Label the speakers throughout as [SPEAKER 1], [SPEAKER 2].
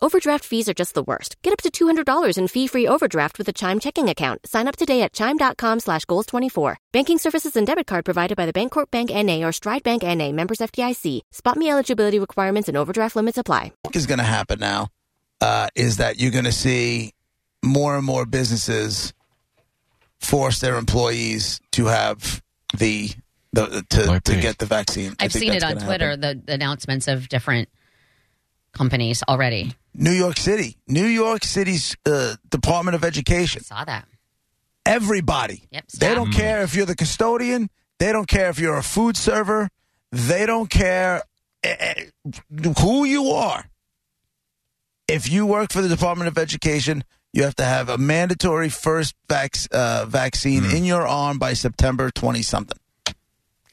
[SPEAKER 1] Overdraft fees are just the worst. Get up to $200 in fee-free overdraft with a Chime checking account. Sign up today at Chime.com slash Goals24. Banking services and debit card provided by the Bancorp Bank N.A. or Stride Bank N.A. Members FDIC. Spot me eligibility requirements and overdraft limits apply.
[SPEAKER 2] think is going to happen now uh, is that you're going to see more and more businesses force their employees to have the, the to, to get the vaccine. I
[SPEAKER 3] I've
[SPEAKER 2] think
[SPEAKER 3] seen it
[SPEAKER 2] that's
[SPEAKER 3] on
[SPEAKER 2] gonna
[SPEAKER 3] Twitter,
[SPEAKER 2] happen.
[SPEAKER 3] the, the announcements of different companies already.
[SPEAKER 2] New York City, New York City's uh, Department of Education.
[SPEAKER 3] Saw that.
[SPEAKER 2] Everybody,
[SPEAKER 3] Yep, staff.
[SPEAKER 2] they don't care if you're the custodian. They don't care if you're a food server. They don't care eh, eh, who you are. if you work for the Department of Education, you have to have a mandatory first vac- uh, vaccine in your arm by September 20 something.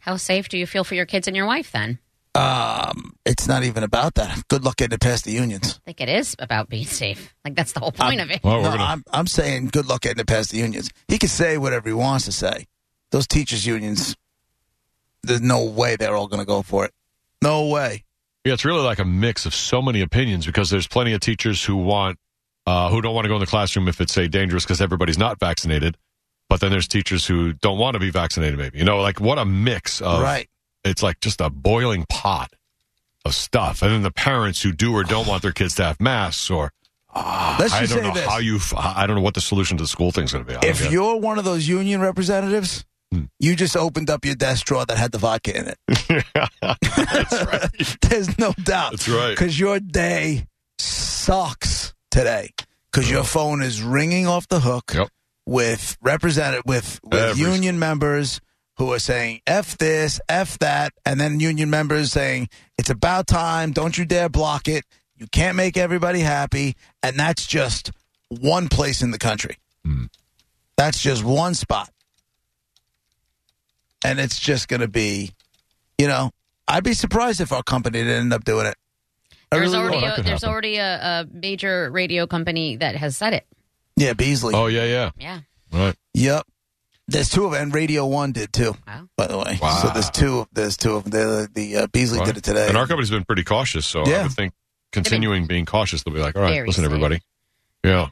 [SPEAKER 3] How safe do you feel for your kids and your wife then?
[SPEAKER 2] Um, it's not even about that. Good luck getting it past the unions.
[SPEAKER 3] I think it is about being safe. Like, that's the whole point of it.
[SPEAKER 4] Well, we're
[SPEAKER 2] no,
[SPEAKER 4] gonna-
[SPEAKER 2] I'm, I'm saying good luck getting it past the unions. He can say whatever he wants to say. Those teachers' unions, there's no way they're all going to go for it. No way.
[SPEAKER 4] Yeah, it's really like a mix of so many opinions because there's plenty of teachers who want uh, who don't want to go in the classroom if it's say dangerous because everybody's not vaccinated, but then there's teachers who don't want to be vaccinated. Maybe you know, like what a mix of
[SPEAKER 2] Right.
[SPEAKER 4] It's like just a boiling pot of stuff, and then the parents who do or don't want their kids to have masks or
[SPEAKER 2] Let's
[SPEAKER 4] I
[SPEAKER 2] just
[SPEAKER 4] don't
[SPEAKER 2] say
[SPEAKER 4] know
[SPEAKER 2] this.
[SPEAKER 4] how you f- I don't know what the solution to the school thing's going to be. I don't
[SPEAKER 2] if
[SPEAKER 4] get it. Hmm.
[SPEAKER 2] you're one of those union representatives, you just opened up your desk drawer that had the vodka in it. There's no doubt.
[SPEAKER 4] That's right.
[SPEAKER 2] Because your day sucks today. Because your phone is ringing off the hook
[SPEAKER 4] Yep.
[SPEAKER 2] with represented with, with
[SPEAKER 4] Every-
[SPEAKER 2] union members who are saying "f this, f that," and then union members saying it's about time. Don't you dare block it. You can't make everybody happy, and that's just one place in the country.
[SPEAKER 4] Hmm.
[SPEAKER 2] That's just one spot. And it's just going to be, you know, I'd be surprised if our company didn't end up doing it. I
[SPEAKER 3] There's
[SPEAKER 2] really
[SPEAKER 3] already
[SPEAKER 2] would.
[SPEAKER 4] that
[SPEAKER 3] a,
[SPEAKER 4] could
[SPEAKER 3] there's
[SPEAKER 4] happen.
[SPEAKER 3] already a, a major radio company that has said it.
[SPEAKER 2] Yeah, Beasley.
[SPEAKER 4] oh yeah yeah
[SPEAKER 3] Yeah.
[SPEAKER 4] right
[SPEAKER 2] Yep. There's two of them, and Radio One did too.
[SPEAKER 3] Wow.
[SPEAKER 2] By the way,
[SPEAKER 4] Wow.
[SPEAKER 2] so there's two. There's two of them. The, the uh, Beasley
[SPEAKER 4] right.
[SPEAKER 2] did it today.
[SPEAKER 4] and our company's been pretty cautious, so
[SPEAKER 2] Yeah.
[SPEAKER 4] I would think continuing being cautious, they'll be like, all right,
[SPEAKER 3] Very
[SPEAKER 4] listen
[SPEAKER 3] safe.
[SPEAKER 4] everybody, yeah,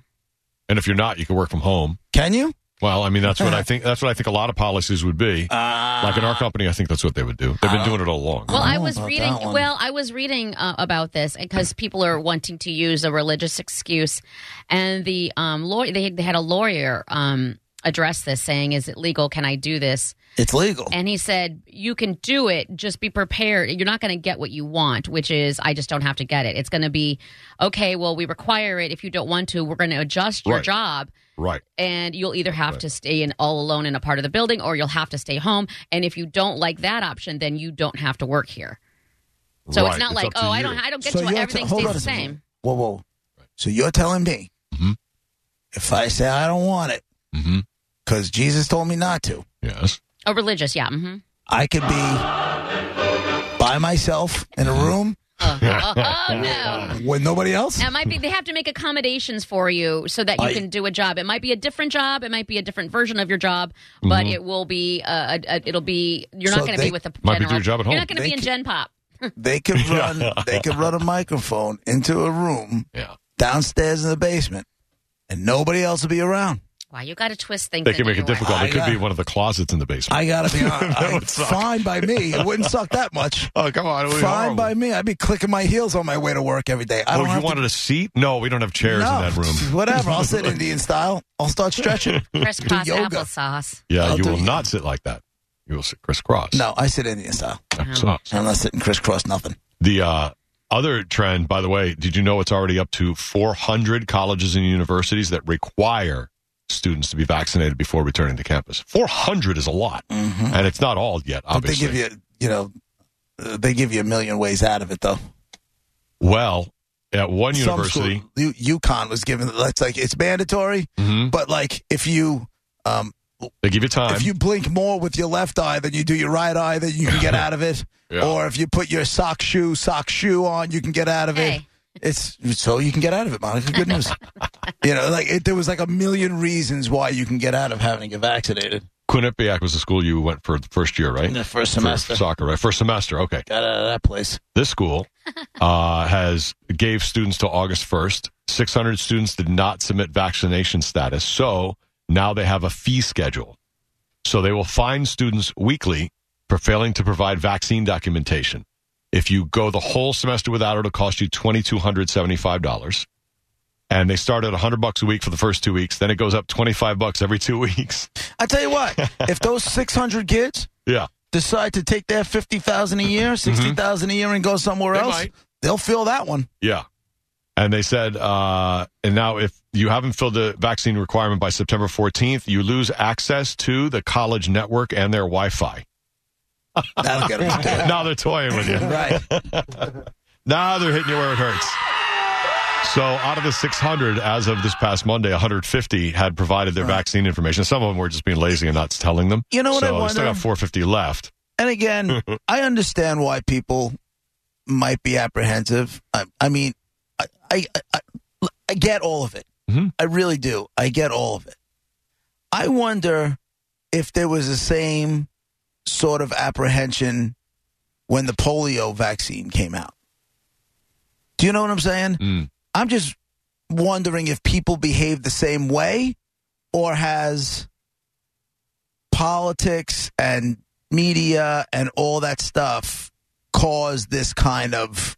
[SPEAKER 4] and if you're not, you can work from home.
[SPEAKER 2] Can you?
[SPEAKER 4] Well, I mean, that's what I think. That's what I think a lot of policies would be.
[SPEAKER 2] Uh,
[SPEAKER 4] like in our company, I think that's what they would do. They've been doing it all along.
[SPEAKER 3] Uh, Well,
[SPEAKER 2] I
[SPEAKER 3] I
[SPEAKER 2] don't know
[SPEAKER 3] was
[SPEAKER 2] about
[SPEAKER 3] reading.
[SPEAKER 2] that one.
[SPEAKER 3] Well, I was reading uh, about this because people are wanting to use a religious excuse, and the um, lawyer they, they had a lawyer um, address this, saying, "Is it legal? Can I do this?"
[SPEAKER 2] it's legal.
[SPEAKER 3] And he said, "You can do it. Just be prepared. You're not going to get what you want, which is I just don't have to get it. It's going to be okay. Well, we require it. If you don't want to, we're going to adjust your
[SPEAKER 4] Right.
[SPEAKER 3] job."
[SPEAKER 4] right.
[SPEAKER 3] and you'll either have to stay in all alone in a part of the building or you'll have to stay home and if you don't like that option then you don't have to work here so
[SPEAKER 4] right.
[SPEAKER 3] it's not like
[SPEAKER 4] up to
[SPEAKER 3] oh i
[SPEAKER 4] you.
[SPEAKER 3] don't i don't get
[SPEAKER 2] So
[SPEAKER 3] to
[SPEAKER 2] you're
[SPEAKER 3] everything
[SPEAKER 2] te- hold
[SPEAKER 3] stays
[SPEAKER 2] on
[SPEAKER 3] the
[SPEAKER 2] a second.
[SPEAKER 3] same
[SPEAKER 2] Whoa, whoa. So you're telling me
[SPEAKER 4] Mhm.
[SPEAKER 2] if I say I don't want it
[SPEAKER 4] Mhm.
[SPEAKER 2] because Jesus told me not to,
[SPEAKER 4] Yes.
[SPEAKER 3] oh religious yeah mm-hmm.
[SPEAKER 2] I could be by myself in a room
[SPEAKER 3] oh, oh, oh, no
[SPEAKER 2] with nobody else.
[SPEAKER 3] It might be they have to make accommodations for you so that you
[SPEAKER 2] I-
[SPEAKER 3] can do a job. It might be a different job. It might be a different version of your job, but it will be. Uh, a, a, it'll be. You're
[SPEAKER 2] Mm-hmm. So
[SPEAKER 3] not going to
[SPEAKER 2] they-
[SPEAKER 3] be with the
[SPEAKER 4] Might be
[SPEAKER 3] general-
[SPEAKER 4] do your job at
[SPEAKER 3] You're
[SPEAKER 4] home.
[SPEAKER 3] not going to
[SPEAKER 2] They
[SPEAKER 3] be in
[SPEAKER 2] c-
[SPEAKER 3] Gen Pop.
[SPEAKER 2] They could run. they could run a microphone into a room
[SPEAKER 4] Yeah.
[SPEAKER 2] downstairs in the basement, and nobody else will be around.
[SPEAKER 3] Wow, you got to twist things.
[SPEAKER 4] They can
[SPEAKER 3] into
[SPEAKER 4] make it
[SPEAKER 3] your way.
[SPEAKER 4] difficult.
[SPEAKER 2] I
[SPEAKER 4] It could
[SPEAKER 2] got-
[SPEAKER 4] be one of the closets in the basement.
[SPEAKER 2] I gotta be honest.
[SPEAKER 4] That would
[SPEAKER 2] I-
[SPEAKER 4] suck.
[SPEAKER 2] fine by me. It wouldn't suck that much.
[SPEAKER 3] uh,
[SPEAKER 4] oh come on. it would be
[SPEAKER 2] Fine
[SPEAKER 4] horrible.
[SPEAKER 2] by me. I'd be clicking my heels on my way to work every day. I
[SPEAKER 4] Oh,
[SPEAKER 2] don't have
[SPEAKER 4] you
[SPEAKER 2] to-
[SPEAKER 4] wanted a seat? No, we don't have chairs
[SPEAKER 2] no,
[SPEAKER 4] in that room.
[SPEAKER 2] Whatever. I'll sit Indian style. I'll start stretching.
[SPEAKER 3] Crisscross
[SPEAKER 2] yoga.
[SPEAKER 3] applesauce.
[SPEAKER 4] Yeah,
[SPEAKER 2] I'll
[SPEAKER 4] you
[SPEAKER 2] do
[SPEAKER 4] will
[SPEAKER 2] it.
[SPEAKER 4] not sit like that. You will sit crisscross.
[SPEAKER 2] No, I sit Indian style.
[SPEAKER 4] That's not-
[SPEAKER 2] I'm not sitting crisscross nothing.
[SPEAKER 4] The uh, other trend, by the way, did you know it's already up to 400 colleges and universities that require students to be vaccinated before returning to campus? 400 is a lot, and it's not all yet.
[SPEAKER 2] Mm-hmm. But they
[SPEAKER 4] Obviously,
[SPEAKER 2] give you, you know, uh, they give you a million ways out of it though.
[SPEAKER 4] Well, at one
[SPEAKER 2] Some
[SPEAKER 4] university,
[SPEAKER 2] school- U- UConn was given. That's like it's mandatory,
[SPEAKER 4] Mhm.
[SPEAKER 2] but like if you. Um,
[SPEAKER 4] they give you time.
[SPEAKER 2] if you blink more with your left eye than you do your right eye, then you can get out of it.
[SPEAKER 4] Yeah.
[SPEAKER 2] Or if you put your sock shoe, sock shoe on, you can get out of
[SPEAKER 3] Hey.
[SPEAKER 2] it. It's so you can get out of it, Monica. Good news. you know, like it, there was like a million reasons why you can get out of having to get vaccinated.
[SPEAKER 4] Quinnipiac was the school you went for the first year, right?
[SPEAKER 2] in the first
[SPEAKER 4] For
[SPEAKER 2] semester.
[SPEAKER 4] soccer, right? First semester. Okay.
[SPEAKER 2] Got out of that place.
[SPEAKER 4] This school uh, has gave students till August first. Six hundred students did not submit vaccination status, so now they have a fee schedule. So they will fine students weekly for failing to provide vaccine documentation. If you go the whole semester without it, it'll cost you twenty two hundred seventy five dollars. And they start at hundred bucks a week for the first two weeks. Then it goes up twenty five bucks every two weeks.
[SPEAKER 2] I tell you what, if those 600 kids
[SPEAKER 4] yeah,
[SPEAKER 2] decide to take their 50,000 a year, 60,000 a year and go somewhere
[SPEAKER 4] Mm-hmm. They
[SPEAKER 2] else,
[SPEAKER 4] might.
[SPEAKER 2] they'll feel that one.
[SPEAKER 4] Yeah. And they said, uh, and now if you haven't filled the vaccine requirement by September 14th, you lose access to the college network and their Wi Fi.
[SPEAKER 2] That'll get them.
[SPEAKER 4] now they're toying with you.
[SPEAKER 2] right.
[SPEAKER 4] Now they're hitting you where it hurts. So out of the 600, as of this past Monday, 150 had provided their vaccine information. Some of them were just being lazy and not telling them.
[SPEAKER 2] You know what
[SPEAKER 4] so
[SPEAKER 2] I
[SPEAKER 4] we still
[SPEAKER 2] wonder?
[SPEAKER 4] got 450 left.
[SPEAKER 2] And again, I understand why people might be apprehensive. I, I mean, I, I, I, I get all of it.
[SPEAKER 4] Mhm.
[SPEAKER 2] I really do. I get all of it. I wonder if there was the same sort of apprehension when the polio vaccine came out. Do you know what I'm saying?
[SPEAKER 4] Mm.
[SPEAKER 2] I'm just wondering if people behave the same way or has politics and media and all that stuff caused this kind of,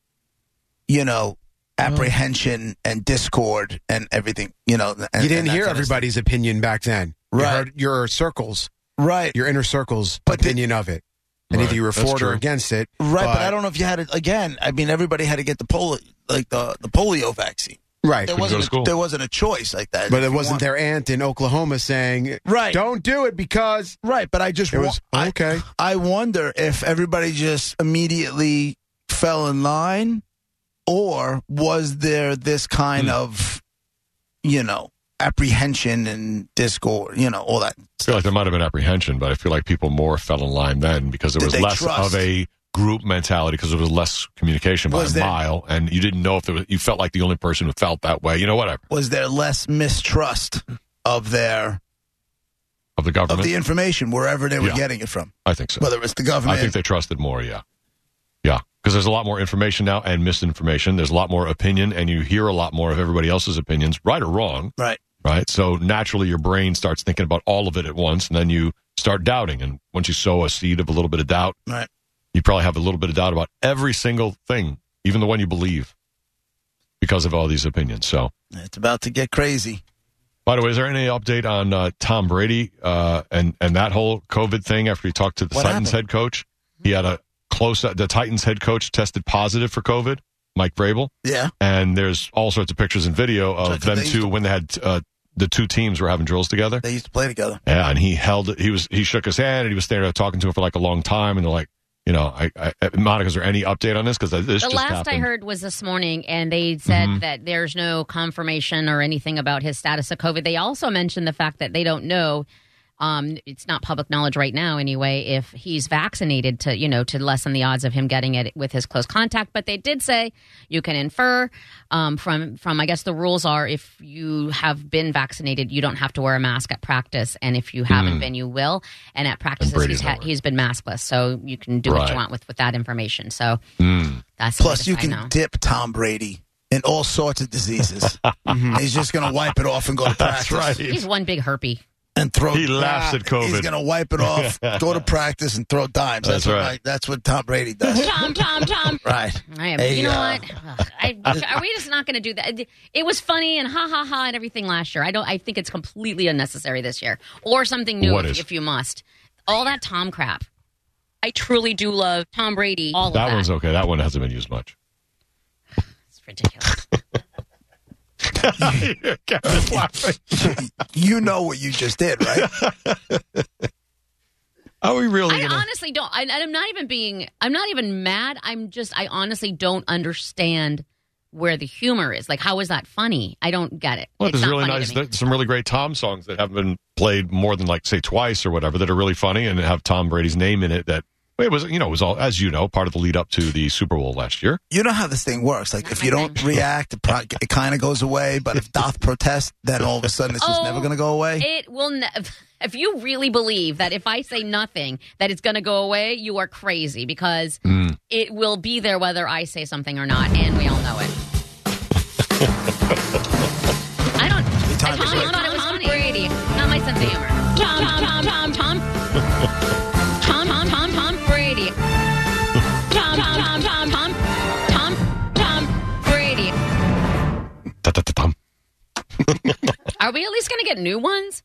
[SPEAKER 2] you know,
[SPEAKER 5] Oh.
[SPEAKER 2] apprehension and discord and everything, you know. And,
[SPEAKER 5] you
[SPEAKER 2] and
[SPEAKER 5] didn't
[SPEAKER 2] that
[SPEAKER 5] hear
[SPEAKER 2] kind of stuff.
[SPEAKER 5] everybody's opinion back then. You
[SPEAKER 2] Right.
[SPEAKER 5] heard your circles,
[SPEAKER 2] Right,
[SPEAKER 5] your inner circles'
[SPEAKER 2] But the-
[SPEAKER 5] opinion of it, and
[SPEAKER 4] Right.
[SPEAKER 5] either you were
[SPEAKER 4] That's
[SPEAKER 5] for it
[SPEAKER 4] true.
[SPEAKER 5] or against it.
[SPEAKER 2] right. But, I don't know if you had it again. I mean, everybody had to get the polio, like the, the polio vaccine.
[SPEAKER 5] Right,
[SPEAKER 2] There
[SPEAKER 4] go
[SPEAKER 2] wasn't,
[SPEAKER 4] to school.
[SPEAKER 2] a, there wasn't a choice like that.
[SPEAKER 5] but
[SPEAKER 2] If
[SPEAKER 5] it
[SPEAKER 2] you
[SPEAKER 5] wasn't
[SPEAKER 2] want-
[SPEAKER 5] their aunt in Oklahoma saying,
[SPEAKER 2] Right.
[SPEAKER 5] "Don't do it because."
[SPEAKER 2] Right, but I just
[SPEAKER 5] It
[SPEAKER 2] wa-
[SPEAKER 5] was
[SPEAKER 2] I-
[SPEAKER 5] okay.
[SPEAKER 2] I wonder if everybody just immediately fell in line, or was there this kind
[SPEAKER 4] Hmm.
[SPEAKER 2] of, you know, apprehension and discord, you know, all that.
[SPEAKER 4] I feel like there might have been apprehension, but I feel like people more fell in line then because there
[SPEAKER 2] Did
[SPEAKER 4] was
[SPEAKER 2] they
[SPEAKER 4] less
[SPEAKER 2] trust?
[SPEAKER 4] of a group mentality because there was less communication by
[SPEAKER 2] Was
[SPEAKER 4] a
[SPEAKER 2] there-
[SPEAKER 4] mile, and you didn't know if there was, you felt like the only person who felt that way. You know, whatever
[SPEAKER 2] Was there less mistrust of their
[SPEAKER 4] of the government.
[SPEAKER 2] of the information wherever they were
[SPEAKER 4] Yeah.
[SPEAKER 2] getting it from,
[SPEAKER 4] I think so.
[SPEAKER 2] whether it was the
[SPEAKER 4] I
[SPEAKER 2] government?
[SPEAKER 4] think they trusted more. Yeah, yeah, because there's a lot more information now and misinformation. There's a lot more opinion, and you hear a lot more of everybody else's opinions, right or wrong.
[SPEAKER 2] right.
[SPEAKER 4] Right. So naturally, your brain starts thinking about all of it at once, and then you start doubting. And once you sow a seed of a little bit of doubt.
[SPEAKER 2] Right.
[SPEAKER 4] you probably have a little bit of doubt about every single thing, even the one you believe, because of all these opinions. So,
[SPEAKER 2] It's about to get crazy.
[SPEAKER 4] by the way, is there any update on uh, Tom Brady uh, and and that whole COVID thing? After he talked to the
[SPEAKER 2] What
[SPEAKER 4] Titans
[SPEAKER 2] happened?
[SPEAKER 4] head coach, he had a close. uh, The Titans head coach tested positive for COVID, Mike Vrabel,
[SPEAKER 2] Yeah.
[SPEAKER 4] and there's all sorts of pictures and video
[SPEAKER 2] So I
[SPEAKER 4] of
[SPEAKER 2] think
[SPEAKER 4] them
[SPEAKER 2] they used
[SPEAKER 4] two
[SPEAKER 2] to-
[SPEAKER 4] when they had uh, the two teams were having drills together.
[SPEAKER 2] They used to play together.
[SPEAKER 4] Yeah, and he held it. He was he shook his hand and he was staring at talking to him for like a long time. And they're like, you know, I, I Monica, is there any update on this? Because this
[SPEAKER 3] The
[SPEAKER 4] just
[SPEAKER 3] last I
[SPEAKER 4] happened. Mm-hmm.
[SPEAKER 3] heard was this morning, and they said that there's no confirmation or anything about his status of COVID. They also mentioned the fact that they don't know. Um, it's not public knowledge right now, anyway. If he's vaccinated, to you know, to lessen the odds of him getting it with his close contact, but they did say you can infer um, from from I guess the rules are if you have been vaccinated, you don't have to wear a mask at practice, and if you haven't been, you will. And at practices,
[SPEAKER 4] Mm. Brady's
[SPEAKER 3] he's,
[SPEAKER 4] not
[SPEAKER 3] ha-
[SPEAKER 4] wearing-
[SPEAKER 3] he's been maskless, so you can do what
[SPEAKER 4] Right.
[SPEAKER 3] you want with with that information. So
[SPEAKER 4] Mm.
[SPEAKER 3] that's the
[SPEAKER 2] Plus,
[SPEAKER 3] way
[SPEAKER 2] you
[SPEAKER 3] to
[SPEAKER 2] can
[SPEAKER 3] find out.
[SPEAKER 2] dip Tom Brady in all sorts of diseases. He's just going to wipe it off and go to practice.
[SPEAKER 3] He's one big herpy.
[SPEAKER 2] And throw
[SPEAKER 4] He laughs at
[SPEAKER 2] He's
[SPEAKER 4] COVID.
[SPEAKER 2] going to wipe it off, go to practice, and throw dimes.
[SPEAKER 4] That's
[SPEAKER 2] That's, what
[SPEAKER 4] right.
[SPEAKER 2] I- that's what Tom Brady does.
[SPEAKER 3] Tom, Tom, Tom.
[SPEAKER 2] right.
[SPEAKER 3] I am.
[SPEAKER 2] Hey,
[SPEAKER 3] you know
[SPEAKER 2] uh,
[SPEAKER 3] what? Ugh, I, are we just not going to do that? It was funny and ha ha ha and everything last year. I don't. I think it's completely unnecessary this year, or something new
[SPEAKER 4] What
[SPEAKER 3] if,
[SPEAKER 4] is?
[SPEAKER 3] if you must. All that Tom crap. I truly do love Tom Brady. All
[SPEAKER 4] That
[SPEAKER 3] of that.
[SPEAKER 4] one's okay. That one hasn't been used much.
[SPEAKER 3] it's ridiculous.
[SPEAKER 2] You know what you just did, right?
[SPEAKER 4] Are we really?
[SPEAKER 3] I
[SPEAKER 4] Gonna...
[SPEAKER 3] honestly don't. I, I'm not even being. I'm not even mad. I'm just. I honestly don't understand where the humor is. Like, how is that funny? I don't get it.
[SPEAKER 4] Well,
[SPEAKER 3] It's
[SPEAKER 4] there's
[SPEAKER 3] not
[SPEAKER 4] really
[SPEAKER 3] funny to
[SPEAKER 4] nice.
[SPEAKER 3] me.
[SPEAKER 4] There's some really great Tom songs that haven't been played more than like say twice or whatever that are really funny and have Tom Brady's name in it that It was, you know, it was all, as you know, part of the lead up to the Super Bowl last year.
[SPEAKER 2] You know how this thing works. Like, if you don't react, it, pro- it kind of goes away. But if doth protest, then all of a sudden it's just
[SPEAKER 3] Oh,
[SPEAKER 2] never going to go away.
[SPEAKER 3] It will. Ne- if you really believe that if I say nothing that it's going to go away, you are crazy because
[SPEAKER 2] Mm.
[SPEAKER 3] it will be there whether I say something or not, and we all know it. I don't. I
[SPEAKER 2] time is
[SPEAKER 3] totally
[SPEAKER 2] right.
[SPEAKER 3] thought it was Tom Brady, not my sense of humor. Tom, Tom, Tom, Tom, Tom, Tom, Tom, Tom Brady. Tom, Tom, Tom, Tom, Tom, Tom, Tom Brady.
[SPEAKER 4] Ta-ta-ta-tum.
[SPEAKER 3] Are we at least going to get new ones?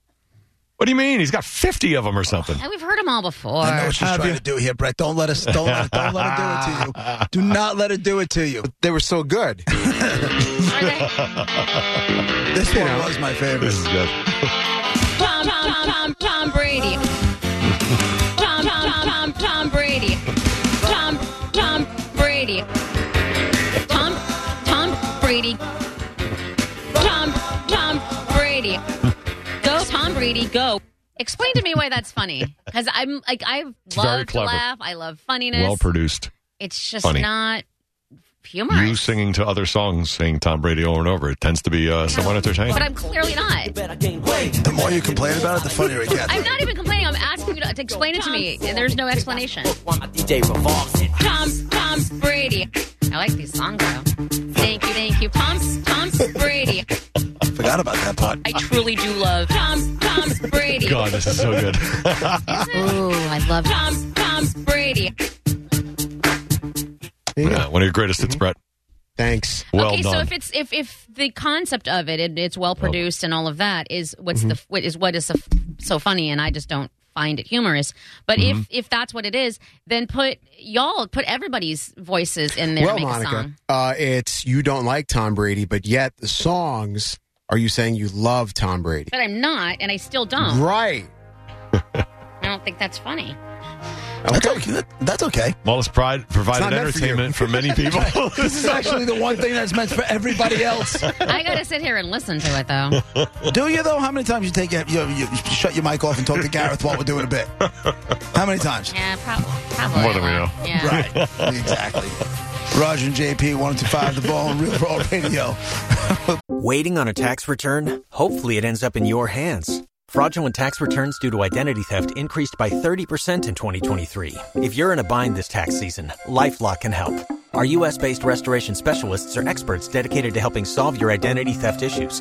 [SPEAKER 4] What do you mean? He's got 50 of them or something.
[SPEAKER 3] Yeah, We've heard them all before.
[SPEAKER 2] I know what she's trying to do here, Brett. Don't let us. Don't let. Don't let her do it to you. Do not let her do it to you.
[SPEAKER 5] They were so good.
[SPEAKER 3] Are they?
[SPEAKER 2] This one was my
[SPEAKER 4] This
[SPEAKER 2] favorite.
[SPEAKER 4] is good.
[SPEAKER 3] Tom, Tom, Tom, Tom Brady. Tom, Tom, Tom, Tom Brady. Tom, Tom Brady. Tom, Tom Brady. Tom, Tom Brady. Go, Tom Brady, go. Explain to me why that's funny. Because I'm like, I
[SPEAKER 4] very
[SPEAKER 3] love to
[SPEAKER 4] clever.
[SPEAKER 3] laugh. I love funniness.
[SPEAKER 4] Well produced.
[SPEAKER 3] it's just
[SPEAKER 4] funny.
[SPEAKER 3] not humorous.
[SPEAKER 4] You singing to other songs, saying Tom Brady over and over. It tends to be uh, somewhat entertaining.
[SPEAKER 3] But I'm clearly not.
[SPEAKER 2] The more you complain about it, the funnier it gets.
[SPEAKER 3] I'm not even complaining. I'm asking you to, to explain it to me. And there's no explanation.
[SPEAKER 6] DJ revolves it.
[SPEAKER 3] Tom, Tom Brady. I like these songs though. Thank you, thank you. Tom, Tom Brady.
[SPEAKER 2] Forgot about that part.
[SPEAKER 3] I truly do love Tom, Tom Brady.
[SPEAKER 4] God, this is so good.
[SPEAKER 3] Ooh, I love Tom, Tom Brady.
[SPEAKER 4] yeah, one of your greatest hits, Brett.
[SPEAKER 5] Thanks.
[SPEAKER 4] Well
[SPEAKER 3] okay, so
[SPEAKER 4] done.
[SPEAKER 3] if it's if if the concept of it, it it's well produced and all of that is what's the what is what is so, so funny, and I just don't find it humorous. But if if that's what it is, then put y'all put everybody's voices in there.
[SPEAKER 5] well,
[SPEAKER 3] and make a
[SPEAKER 5] Monica,
[SPEAKER 3] song.
[SPEAKER 5] uh, it's you don't like Tom Brady, but yet the songs are you saying you love Tom Brady?
[SPEAKER 3] But I'm not, and I still don't.
[SPEAKER 5] Right.
[SPEAKER 3] I don't think that's funny.
[SPEAKER 2] That's okay. That's okay.
[SPEAKER 4] Wallace Pride provided
[SPEAKER 5] It's not meant for you.
[SPEAKER 4] entertainment for, many people.
[SPEAKER 2] This is actually the one thing that's meant for everybody else.
[SPEAKER 3] I gotta sit here and listen to it though.
[SPEAKER 2] Do you though? How many times you take it? You, you shut your mic off and talk to Gareth while we're doing a bit. How many times?
[SPEAKER 3] Yeah, probably. probably
[SPEAKER 4] More than we
[SPEAKER 3] a
[SPEAKER 4] know.
[SPEAKER 3] lot. Yeah.
[SPEAKER 2] Right. exactly. Roger and JP, 125 The Bone, Real Raw Radio.
[SPEAKER 6] Waiting on a tax return? Hopefully, it ends up in your hands. Fraudulent tax returns due to identity theft increased by 30% in 2023. If you're in a bind this tax season, LifeLock can help. Our U.S. based restoration specialists are experts dedicated to helping solve your identity theft issues.